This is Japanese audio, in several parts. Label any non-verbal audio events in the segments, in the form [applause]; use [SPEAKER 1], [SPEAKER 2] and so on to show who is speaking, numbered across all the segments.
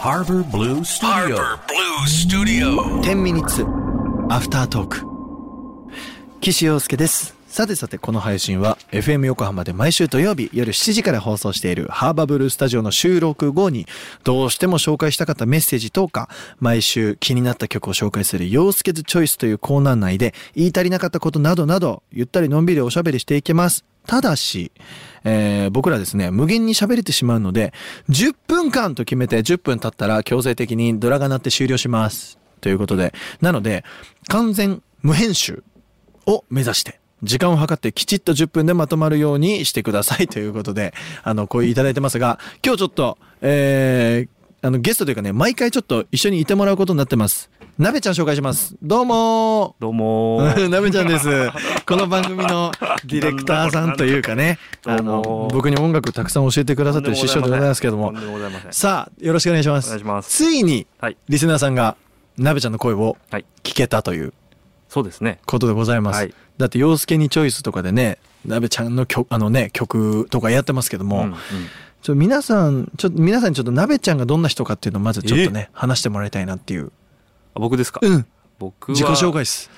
[SPEAKER 1] Harbor Blue Studio.
[SPEAKER 2] Harbor Blue Studio.
[SPEAKER 3] 10ミニッツアフタートーク岸洋介ですさてさてこの配信は FM 横浜で毎週土曜日夜7時から放送しているハーバブルースタジオの収録後にどうしても紹介したかったメッセージ等か毎週気になった曲を紹介する洋介ズチョイスというコーナー内で言い足りなかったことなどなどゆったりのんびりおしゃべりしていけますただし、えー僕らですね、無限に喋れてしまうので、10分間と決めて10分経ったら強制的にドラが鳴って終了します。ということで、なので、完全無編集を目指して、時間を計ってきちっと10分でまとまるようにしてくださいということで、あの、声いただいてますが、今日ちょっと、えーあの、ゲストというかね、毎回ちょっと一緒にいてもらうことになってます。なべちゃん紹介します。どうもー [laughs]
[SPEAKER 4] どうもー。
[SPEAKER 3] うんなべちゃんです。この番組のディレクターさんというかね、
[SPEAKER 4] な
[SPEAKER 3] あ
[SPEAKER 4] んだこれなんだ
[SPEAKER 3] の、僕に音楽たくさん教えてくださってる師匠でございますけども
[SPEAKER 4] とん、でございません
[SPEAKER 3] さあ、よろしくお願いしま
[SPEAKER 4] お
[SPEAKER 3] す。
[SPEAKER 4] 願いします。
[SPEAKER 3] ついに、
[SPEAKER 4] はい。
[SPEAKER 3] リスナーさんが、なべちゃんの声を
[SPEAKER 4] はい。
[SPEAKER 3] 聞けたという
[SPEAKER 4] そうですね。
[SPEAKER 3] ことでございます。
[SPEAKER 4] はい
[SPEAKER 3] だって、洋介にチョイスとかでね、なべちゃんの曲、あのね、曲とかやってますけども、
[SPEAKER 4] うんうん
[SPEAKER 3] ちょっと皆さん、ちょっと皆さんにちょっとなべちゃんがどんな人かっていうのをまずちょっとね、話してもらいたいなっていう。
[SPEAKER 4] あ僕ですか。
[SPEAKER 3] うん。
[SPEAKER 4] 僕は
[SPEAKER 3] 自己紹介。です。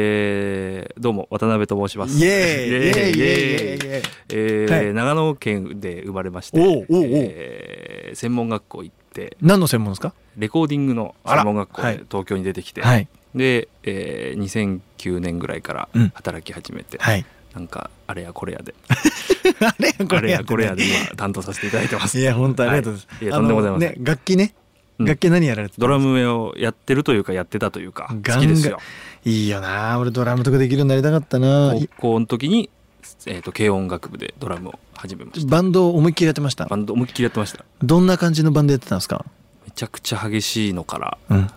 [SPEAKER 4] えー、どうも渡辺と申します。
[SPEAKER 3] イエーイ
[SPEAKER 4] イエー
[SPEAKER 3] イ
[SPEAKER 4] イ
[SPEAKER 3] エーイイエーイ
[SPEAKER 4] イエーイ
[SPEAKER 3] イエーイ
[SPEAKER 4] え
[SPEAKER 3] は
[SPEAKER 4] ー
[SPEAKER 3] い
[SPEAKER 4] 長野県で生まれまして、
[SPEAKER 3] おうおうおう
[SPEAKER 4] えー専門学校行って
[SPEAKER 3] 何の専門ですか
[SPEAKER 4] レコーディングの専門学校
[SPEAKER 3] あらは
[SPEAKER 4] で
[SPEAKER 3] い
[SPEAKER 4] 東京に出てきて、
[SPEAKER 3] はい。
[SPEAKER 4] で、えー、2009年ぐらいから
[SPEAKER 3] うん
[SPEAKER 4] 働き始めて、
[SPEAKER 3] はい。
[SPEAKER 4] なんかあれやこれやで、
[SPEAKER 3] [laughs] あれや
[SPEAKER 4] あれやこれや
[SPEAKER 3] ね
[SPEAKER 4] で今担当させていただいてます
[SPEAKER 3] い。や、本当ありがとうございます。
[SPEAKER 4] はいいやとんでもございません
[SPEAKER 3] あのね、楽器ね。
[SPEAKER 4] うん
[SPEAKER 3] 楽器何やられてた
[SPEAKER 4] ドラムをやってるというかやってたというか好きですよ
[SPEAKER 3] いいよな俺ドラムとかできるようになりたかったな
[SPEAKER 4] 高校の時に、えー、と軽音楽部でドラムを始めまし
[SPEAKER 3] バンドを思いっきりやってました
[SPEAKER 4] たバ。ンド思いっきりやってました
[SPEAKER 3] どんな感じのバンドやってたんですか
[SPEAKER 4] めちゃくちゃ激しいのから、
[SPEAKER 3] うん。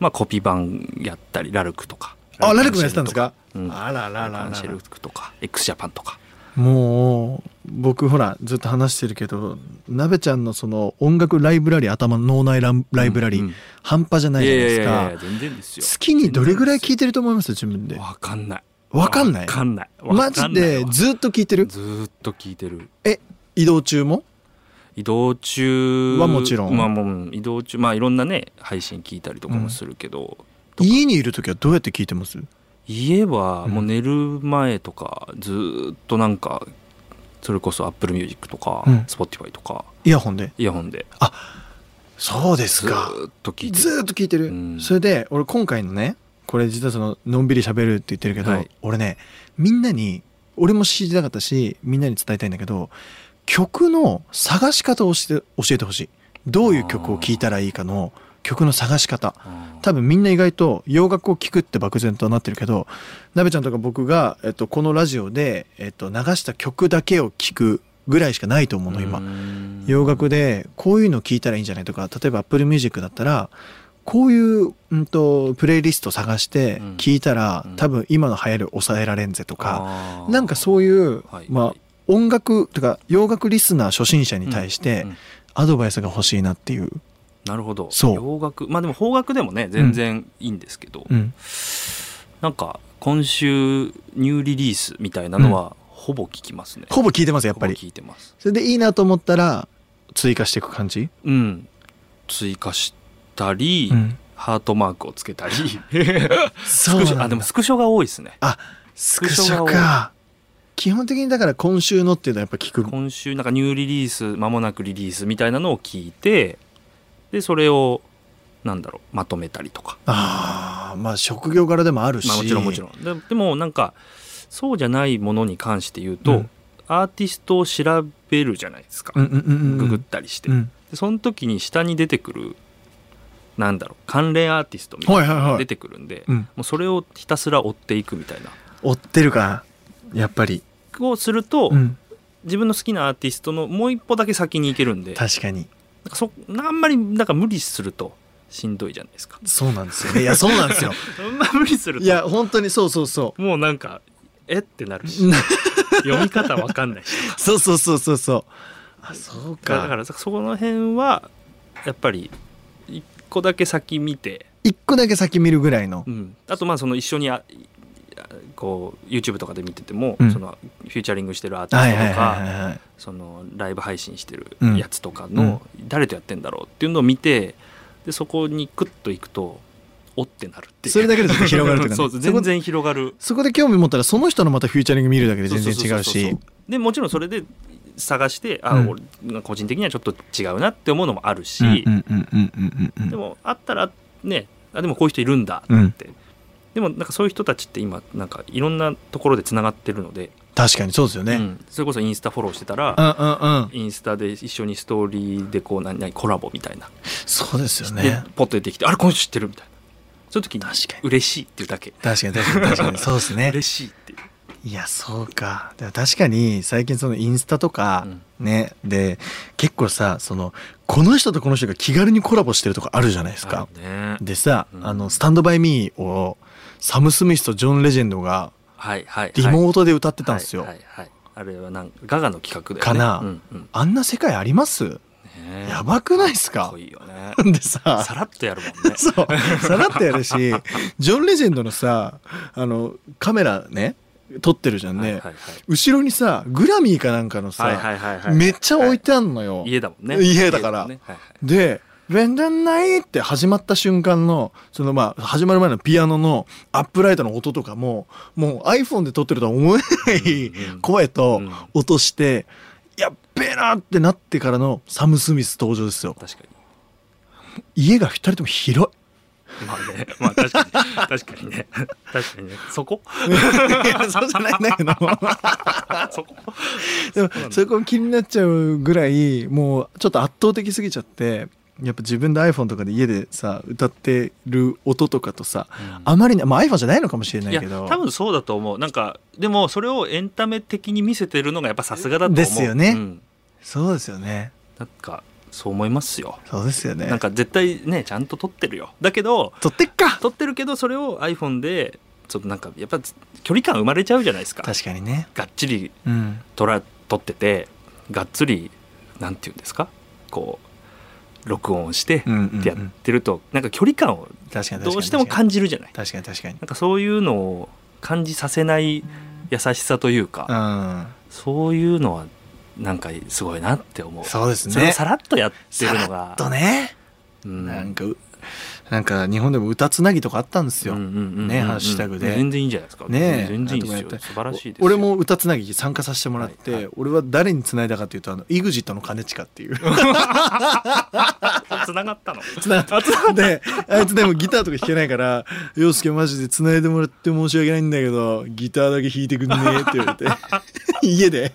[SPEAKER 4] まあ、コピー版やったりラルクとか
[SPEAKER 3] あ、ラルクもやってたんですか
[SPEAKER 4] うん
[SPEAKER 3] あららら
[SPEAKER 4] ラ
[SPEAKER 3] ら
[SPEAKER 4] ンシェルクとか x ジャパンとか
[SPEAKER 3] もう、僕ほら、ずっと話してるけど、なべちゃんのその音楽ライブラリー、頭の脳内ランライブラリ
[SPEAKER 4] うんう
[SPEAKER 3] ー
[SPEAKER 4] ん、
[SPEAKER 3] 半端じゃない
[SPEAKER 4] い
[SPEAKER 3] じ
[SPEAKER 4] や
[SPEAKER 3] ゃ
[SPEAKER 4] い
[SPEAKER 3] ないです
[SPEAKER 4] やいや
[SPEAKER 3] か。
[SPEAKER 4] 全然ですよ
[SPEAKER 3] 月にどれぐらい聴いてると思います自分で。
[SPEAKER 4] わかんない
[SPEAKER 3] わかんない
[SPEAKER 4] わかんない
[SPEAKER 3] マジで
[SPEAKER 4] ず
[SPEAKER 3] ずっと聴いてる
[SPEAKER 4] ずーっと聞いてる
[SPEAKER 3] え、移動中も
[SPEAKER 4] 移動中
[SPEAKER 3] はもちろん
[SPEAKER 4] まあもううん移動中まあいろんなね配信聞いたりとかもするけど、とか
[SPEAKER 3] 家にいる時はどうやって聞いてます
[SPEAKER 4] 家は
[SPEAKER 3] うん
[SPEAKER 4] もう寝る前とかずーっとなんかそれこそ Apple Music とか
[SPEAKER 3] うん
[SPEAKER 4] Spotify とか
[SPEAKER 3] イヤホンで
[SPEAKER 4] イヤホンで
[SPEAKER 3] そうです
[SPEAKER 4] ずーっと聞いて
[SPEAKER 3] ず
[SPEAKER 4] る
[SPEAKER 3] ーっと聞いてる、
[SPEAKER 4] うん
[SPEAKER 3] それで俺今回のねこれ実はそののんびり喋るって言ってるけど、
[SPEAKER 4] はい
[SPEAKER 3] 俺ねみんなに俺も知りたかったしみんなに伝えたいんだけど曲の探し方をして教えてほしいどういう曲を聴いたらいいかの曲の探し方
[SPEAKER 4] あー
[SPEAKER 3] 多分みんな意外と洋楽を聴くって漠然となってるけどなべちゃんとか僕が、えっと、このラジオで、えっと、流した曲だけを聴くぐらいしかないと思うの今
[SPEAKER 4] うーん
[SPEAKER 3] 洋楽でこういうの聞いたらいいんじゃないとか例えば Apple Music だったらこういう、うん、とプレイリスト探して
[SPEAKER 4] うん
[SPEAKER 3] 聞いたら、
[SPEAKER 4] うん
[SPEAKER 3] 多分今の流行る抑えられんぜとか、
[SPEAKER 4] あー
[SPEAKER 3] なんかそういう、
[SPEAKER 4] はい
[SPEAKER 3] まあ音楽とか洋楽リスナー初心者に対し
[SPEAKER 4] う
[SPEAKER 3] て
[SPEAKER 4] んうん
[SPEAKER 3] アドバイスが欲しいなっていう、
[SPEAKER 4] なるほど
[SPEAKER 3] そう
[SPEAKER 4] 洋楽まあでも邦楽でもね全然いいんですけど、
[SPEAKER 3] うん、
[SPEAKER 4] なんか今週ニューリリースみたいなのはほぼ聞きますね、
[SPEAKER 3] ほぼ聞いてますやっぱ
[SPEAKER 4] [laughs] ほぼ
[SPEAKER 3] り
[SPEAKER 4] 聞いてます
[SPEAKER 3] それでいいなと思ったら追加していく感じ、
[SPEAKER 4] うん追加したり、
[SPEAKER 3] うん
[SPEAKER 4] ハートマークをつけ
[SPEAKER 3] [laughs]
[SPEAKER 4] たり
[SPEAKER 3] そうなん
[SPEAKER 4] スクショ
[SPEAKER 3] だ
[SPEAKER 4] [laughs] あでもスクショが多いですね
[SPEAKER 3] ス
[SPEAKER 4] ク
[SPEAKER 3] クシ
[SPEAKER 4] ショが
[SPEAKER 3] ョ
[SPEAKER 4] 多い
[SPEAKER 3] か基本的にだから今週のっていうのはやっぱ聞く
[SPEAKER 4] 今週なんかニューリリース間もなくリリースみたいなのを聞いてでそれをなんだろうまとめたりとか、
[SPEAKER 3] ああまあ職業柄でもあるし、
[SPEAKER 4] まあ、もちろんもちろんででもなんかそうじゃないものに関して言うと、
[SPEAKER 3] うん
[SPEAKER 4] アーティストを調べるじゃないですか、
[SPEAKER 3] うんうんうんうん
[SPEAKER 4] ググったりして、
[SPEAKER 3] うん
[SPEAKER 4] でその時に下に出てくるなんだろう関連アーティストみたい
[SPEAKER 3] はいはい
[SPEAKER 4] なのが
[SPEAKER 3] は
[SPEAKER 4] 出
[SPEAKER 3] い、
[SPEAKER 4] てくるんで、
[SPEAKER 3] うん、
[SPEAKER 4] もうそれをひたすら追っていくみたいな
[SPEAKER 3] 追ってるかやっぱり、
[SPEAKER 4] をすると、
[SPEAKER 3] うん、
[SPEAKER 4] 自分の好きなアーティストのもう一歩だけ先に行けるんで
[SPEAKER 3] 確かに
[SPEAKER 4] なんかそあんまりなんか無理するとしんどいじゃないですか。
[SPEAKER 3] そうなんですよねいやそうなんですよ
[SPEAKER 4] あんま無理 [laughs] すると
[SPEAKER 3] いや本当にそうそうそ
[SPEAKER 4] もうなんかえってなるし
[SPEAKER 3] う
[SPEAKER 4] 読み方わかんないし
[SPEAKER 3] そうそうそうそうそうあそう
[SPEAKER 4] だ [laughs] からだか
[SPEAKER 3] から
[SPEAKER 4] そこの辺はやっぱり一個だけ先見て、
[SPEAKER 3] 一個だけ先見るぐらいの
[SPEAKER 4] うんあとまあその一緒にあこう YouTube とかで見てても、
[SPEAKER 3] うん
[SPEAKER 4] そのフューチャリングしてるアーティ
[SPEAKER 3] はい
[SPEAKER 4] ス
[SPEAKER 3] はいは
[SPEAKER 4] トと
[SPEAKER 3] い
[SPEAKER 4] か、
[SPEAKER 3] はいはい
[SPEAKER 4] そのライブ配信してる
[SPEAKER 3] うん
[SPEAKER 4] やつとかの、誰とやってんだろうっていうのを見てでそこにクッといくとおってなるっていう
[SPEAKER 3] それだけでちょっと広がるというかね
[SPEAKER 4] [laughs] そうそう全然広がる
[SPEAKER 3] そこで興味持ったらその人のまたフューチャリング見るだけで全然違う
[SPEAKER 4] そそそそ
[SPEAKER 3] し
[SPEAKER 4] そでもちろんそれで探してあ、
[SPEAKER 3] うん
[SPEAKER 4] 俺個人的にはちょっと違うなって思うのもあるし、
[SPEAKER 3] うんうんうんうんうんうん
[SPEAKER 4] でもあったらねあでもこういう人いるんだ
[SPEAKER 3] うん
[SPEAKER 4] って、でもなんかそういう人たちって今なんかいろんなところでつながってるので、
[SPEAKER 3] 確かにそうですよね、う、
[SPEAKER 4] うんんそれこそインスタフォローしてたら、
[SPEAKER 3] うんうん
[SPEAKER 4] インスタで一緒にストーリーでこう何何コラボみたいな、
[SPEAKER 3] そうですよ
[SPEAKER 4] で
[SPEAKER 3] ね
[SPEAKER 4] ポッと出てきて「あれこの人知ってる」みたいなそういう時に
[SPEAKER 3] 確かに
[SPEAKER 4] 嬉しいっていうだけ
[SPEAKER 3] 確かに確かに確かに [laughs] そうですね
[SPEAKER 4] 嬉しいっていう、
[SPEAKER 3] いやそうかでも確かに最近そのインスタとか
[SPEAKER 4] うん
[SPEAKER 3] ね、で結構さそのこの人とこの人が気軽にコラボしてるとかあるじゃないですか、
[SPEAKER 4] あるね
[SPEAKER 3] でさ、
[SPEAKER 4] うん
[SPEAKER 3] あのスタンドバイミーをサム・スミスとジョン・レジェンドが
[SPEAKER 4] はいはい
[SPEAKER 3] リ
[SPEAKER 4] ー
[SPEAKER 3] モートで歌ってたんですよ、
[SPEAKER 4] はいはいはいあれはなんかガガの企画だよね
[SPEAKER 3] かな
[SPEAKER 4] うんうん
[SPEAKER 3] あんな世界あります [laughs]
[SPEAKER 4] ね
[SPEAKER 3] やばくないっすか
[SPEAKER 4] かっこいいよね [laughs]
[SPEAKER 3] でさ
[SPEAKER 4] さらっとやるもん
[SPEAKER 3] [laughs]
[SPEAKER 4] ね
[SPEAKER 3] そうさらっとやるしジョン・レジェンドのさあのカメラね撮ってるじゃんね、
[SPEAKER 4] はいはいはい
[SPEAKER 3] 後ろにさグラミーかなんかのさ、
[SPEAKER 4] はいはいはいはい
[SPEAKER 3] めっちゃ置いてあんのよ、
[SPEAKER 4] 家だもんね
[SPEAKER 3] 家だから
[SPEAKER 4] 家もんねはいはい
[SPEAKER 3] で「ベンダンナイ」って始まった瞬間のそのまあ始まる前のピアノのアップライトの音とかももう iPhone で撮ってるとは思えない
[SPEAKER 4] うんうん
[SPEAKER 3] 声と
[SPEAKER 4] うん
[SPEAKER 3] 音して「やっべえな!」ってなってからのサム・スミス登場ですよ
[SPEAKER 4] 確か
[SPEAKER 3] 家が2人とも広
[SPEAKER 4] [laughs]
[SPEAKER 3] い
[SPEAKER 4] にまあねまあ確かに確かにね [laughs] 確かにねそこ [laughs]
[SPEAKER 3] いやそうじゃないんだけど
[SPEAKER 4] そこ
[SPEAKER 3] でも
[SPEAKER 4] そうなんだ
[SPEAKER 3] そこ気になっちゃうぐらいもうちょっと圧倒的すぎちゃってやっぱ自分で iPhone とかで家でさ歌ってる音とかとさあまりに、まあ、iPhone じゃないのかもしれないい
[SPEAKER 4] や
[SPEAKER 3] けど
[SPEAKER 4] 多分そうだと思うなんかでもそれをエンタメ的に見せてるのがやっぱさすがだと思う
[SPEAKER 3] ですよね
[SPEAKER 4] うん
[SPEAKER 3] そうですよね
[SPEAKER 4] なんかそう思いますよ
[SPEAKER 3] そうですよね
[SPEAKER 4] なんか絶対ねちゃんと撮ってるよだけど
[SPEAKER 3] 撮ってっか
[SPEAKER 4] 撮ってるけどそれを iPhone でちょっとなんかやっぱ距離感生まれちゃうじゃないですか
[SPEAKER 3] 確かにね
[SPEAKER 4] がっちり
[SPEAKER 3] うん
[SPEAKER 4] 撮ら撮っててがっつりなんていうんですかこう録音して
[SPEAKER 3] うんうんうん
[SPEAKER 4] ってやってると、なんか距離感を
[SPEAKER 3] 確かに確かに
[SPEAKER 4] どうしても感じるじゃない
[SPEAKER 3] 確かに確かに
[SPEAKER 4] なんかそういうのを感じさせない優しさというか、
[SPEAKER 3] う
[SPEAKER 4] そういうのはなんかすごいなって思う。
[SPEAKER 3] んそうです
[SPEAKER 4] それを
[SPEAKER 3] ね
[SPEAKER 4] さらっとやってるの
[SPEAKER 3] さら
[SPEAKER 4] が
[SPEAKER 3] っ、とね
[SPEAKER 4] うん
[SPEAKER 3] なんかうなんか日本でも歌つなぎとかあったんですよ、
[SPEAKER 4] うんうんうんうん
[SPEAKER 3] ねハッシュタグで
[SPEAKER 4] 全然いいんじゃないですか。
[SPEAKER 3] ねえ
[SPEAKER 4] 全然いいです
[SPEAKER 3] なん
[SPEAKER 4] よ。
[SPEAKER 3] とかやって
[SPEAKER 4] 素晴らしいですよ。
[SPEAKER 3] お俺も歌つなぎ参加させてもらって、
[SPEAKER 4] はいは
[SPEAKER 3] 俺は誰につないだかというとあの EXIT の兼近っていう
[SPEAKER 4] 繋がったの。
[SPEAKER 3] つながったであいつでもギターとか弾けないから「洋介マジでつないでもらって申し訳ないんだけどギターだけ弾いてくんねえ」って [laughs] 言われて家で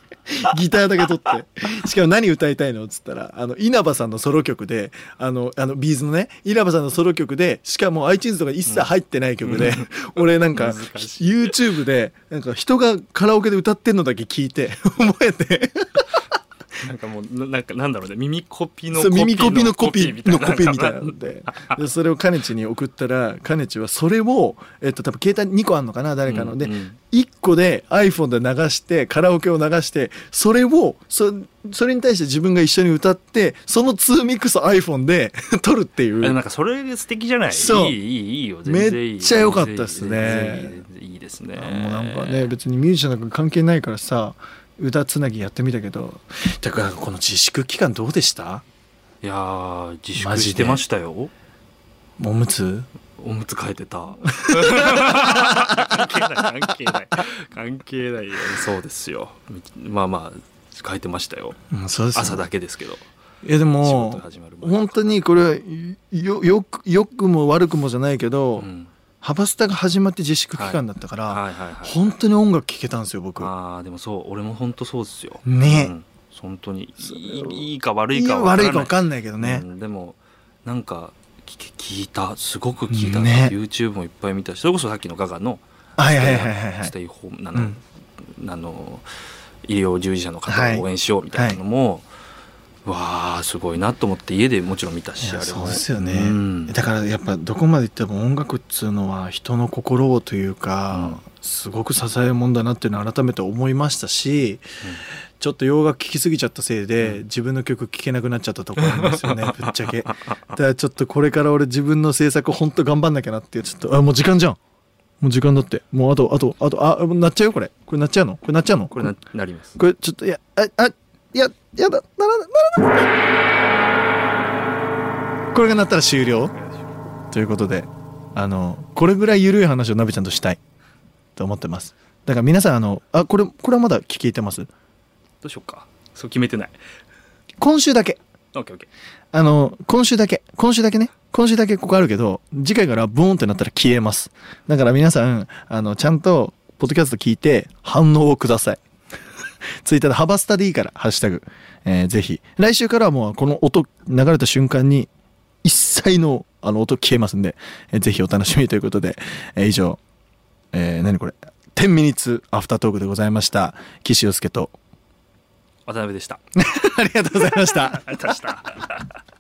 [SPEAKER 3] ギターだけ取ってしかも何歌いたいのっつったらあの稲葉さんのソロ曲であのあのビーズのね稲葉さんのソロ曲でしかも iTunes とか一切入ってない曲で、俺なんか
[SPEAKER 4] 難し
[SPEAKER 3] YouTube でなんか人がカラオケで歌ってんのだけ聞いて [laughs] 覚えて
[SPEAKER 4] [laughs] なんかもうななんかなんだろうね、耳コピの
[SPEAKER 3] そう耳コピのコピーのコピーみたいな
[SPEAKER 4] なん
[SPEAKER 3] の
[SPEAKER 4] か [laughs]
[SPEAKER 3] ででそれを兼地に送ったら兼地はそれを、えっと、多分携帯2個あんのかな誰かので、
[SPEAKER 4] うんうん
[SPEAKER 3] 1個で iPhone で流してカラオケを流してそれをそそれに対して自分が一緒に歌ってその2ミックス iPhone で撮るってい
[SPEAKER 4] えなん
[SPEAKER 3] う
[SPEAKER 4] かそれ素敵じゃない。
[SPEAKER 3] そう
[SPEAKER 4] いいいいいいよ。全然いい
[SPEAKER 3] めっちゃ良かったっすね
[SPEAKER 4] 全然いいいいですね。
[SPEAKER 3] あもうなんかね別にミュージシャンなんか関係ないからさ歌つなぎやってみたけどだからこの自粛期間どうでした
[SPEAKER 4] いやー自
[SPEAKER 3] マ
[SPEAKER 4] 粛
[SPEAKER 3] ジで
[SPEAKER 4] してましたよ。
[SPEAKER 3] おむつ
[SPEAKER 4] おむつ変えてた。関係ない関係ない関係ないよ。そうですよ。まあまあ変えてましたよ。
[SPEAKER 3] うん、そうですよね
[SPEAKER 4] 朝だけですけど。
[SPEAKER 3] いやで
[SPEAKER 4] 仕
[SPEAKER 3] も
[SPEAKER 4] 事始まる前
[SPEAKER 3] 本当にこれはいよよくよくも悪くもじゃないけど、
[SPEAKER 4] うん
[SPEAKER 3] ハバスタが始まって自粛期間だったから、
[SPEAKER 4] はいはいはい。
[SPEAKER 3] 本当に音楽聴けたんですよ僕
[SPEAKER 4] ああでもそう俺も本当そうですよ。
[SPEAKER 3] ね
[SPEAKER 4] うん本当に
[SPEAKER 3] それ
[SPEAKER 4] い
[SPEAKER 3] を
[SPEAKER 4] いいいか悪
[SPEAKER 3] い
[SPEAKER 4] い
[SPEAKER 3] や
[SPEAKER 4] か
[SPEAKER 3] 悪いか分
[SPEAKER 4] ん
[SPEAKER 3] かんないけど
[SPEAKER 4] な
[SPEAKER 3] ね、
[SPEAKER 4] うんでもなんか聞け聞いたすごく聞いた、
[SPEAKER 3] ね
[SPEAKER 4] YouTube もいっぱい見たしそれこそさっきのガガの
[SPEAKER 3] はいはいはいはいは
[SPEAKER 4] ス
[SPEAKER 3] い
[SPEAKER 4] テイホームな
[SPEAKER 3] う
[SPEAKER 4] の
[SPEAKER 3] ん,、
[SPEAKER 4] あの医療従事者の方を応援しようみたいなのも、わあすごいなと思って家でもちろん見た
[SPEAKER 3] い
[SPEAKER 4] しあ
[SPEAKER 3] や
[SPEAKER 4] れも
[SPEAKER 3] そうですよね、
[SPEAKER 4] うん
[SPEAKER 3] だからやっぱどこまでいっても音楽っつうのは人の心をというか、すごく支えるもんだなっていうのを改めて思いましたし、ちょっと洋楽聴きすぎちゃったせいで、自分の曲聴けなくなっちゃったところなんですよね [laughs] ぶっちゃけだからちょっとこれから俺自分の制作ほんと頑張んなきゃなっていうちょっとあもう時間じゃんもう時間だってもうあとあとあとあもうなっちゃうよこれこれなっちゃうのこれなっちゃうの
[SPEAKER 4] これななります
[SPEAKER 3] これちょっといやああいやいやだならないならないこれがなったら終了ということであのこれぐらい緩い話をなべちゃんとしたいと思ってますだから皆さんあのあこれこれはまだ聞いてます
[SPEAKER 4] どうしようかそう決めてない
[SPEAKER 3] 今週だけ
[SPEAKER 4] オッケーオッケ
[SPEAKER 3] あの今週だけ今週だけね今週だけここあるけど次回からブーンってなったら消えますだから皆さんあのちゃんとポッドキャスト聞いて反応をください [laughs] ツイッターで「ハバスタ」でいいから「ハッシュタグ」えーぜひ来週からはもうこの音流れた瞬間に一切のあの音消えますんで、えーぜひお楽しみということで、えー以上、えー何これ10ミニッツアフタートークでございました岸洋介と [laughs]
[SPEAKER 4] ー渡辺でした
[SPEAKER 3] ありがとうございました
[SPEAKER 4] ありがとうございました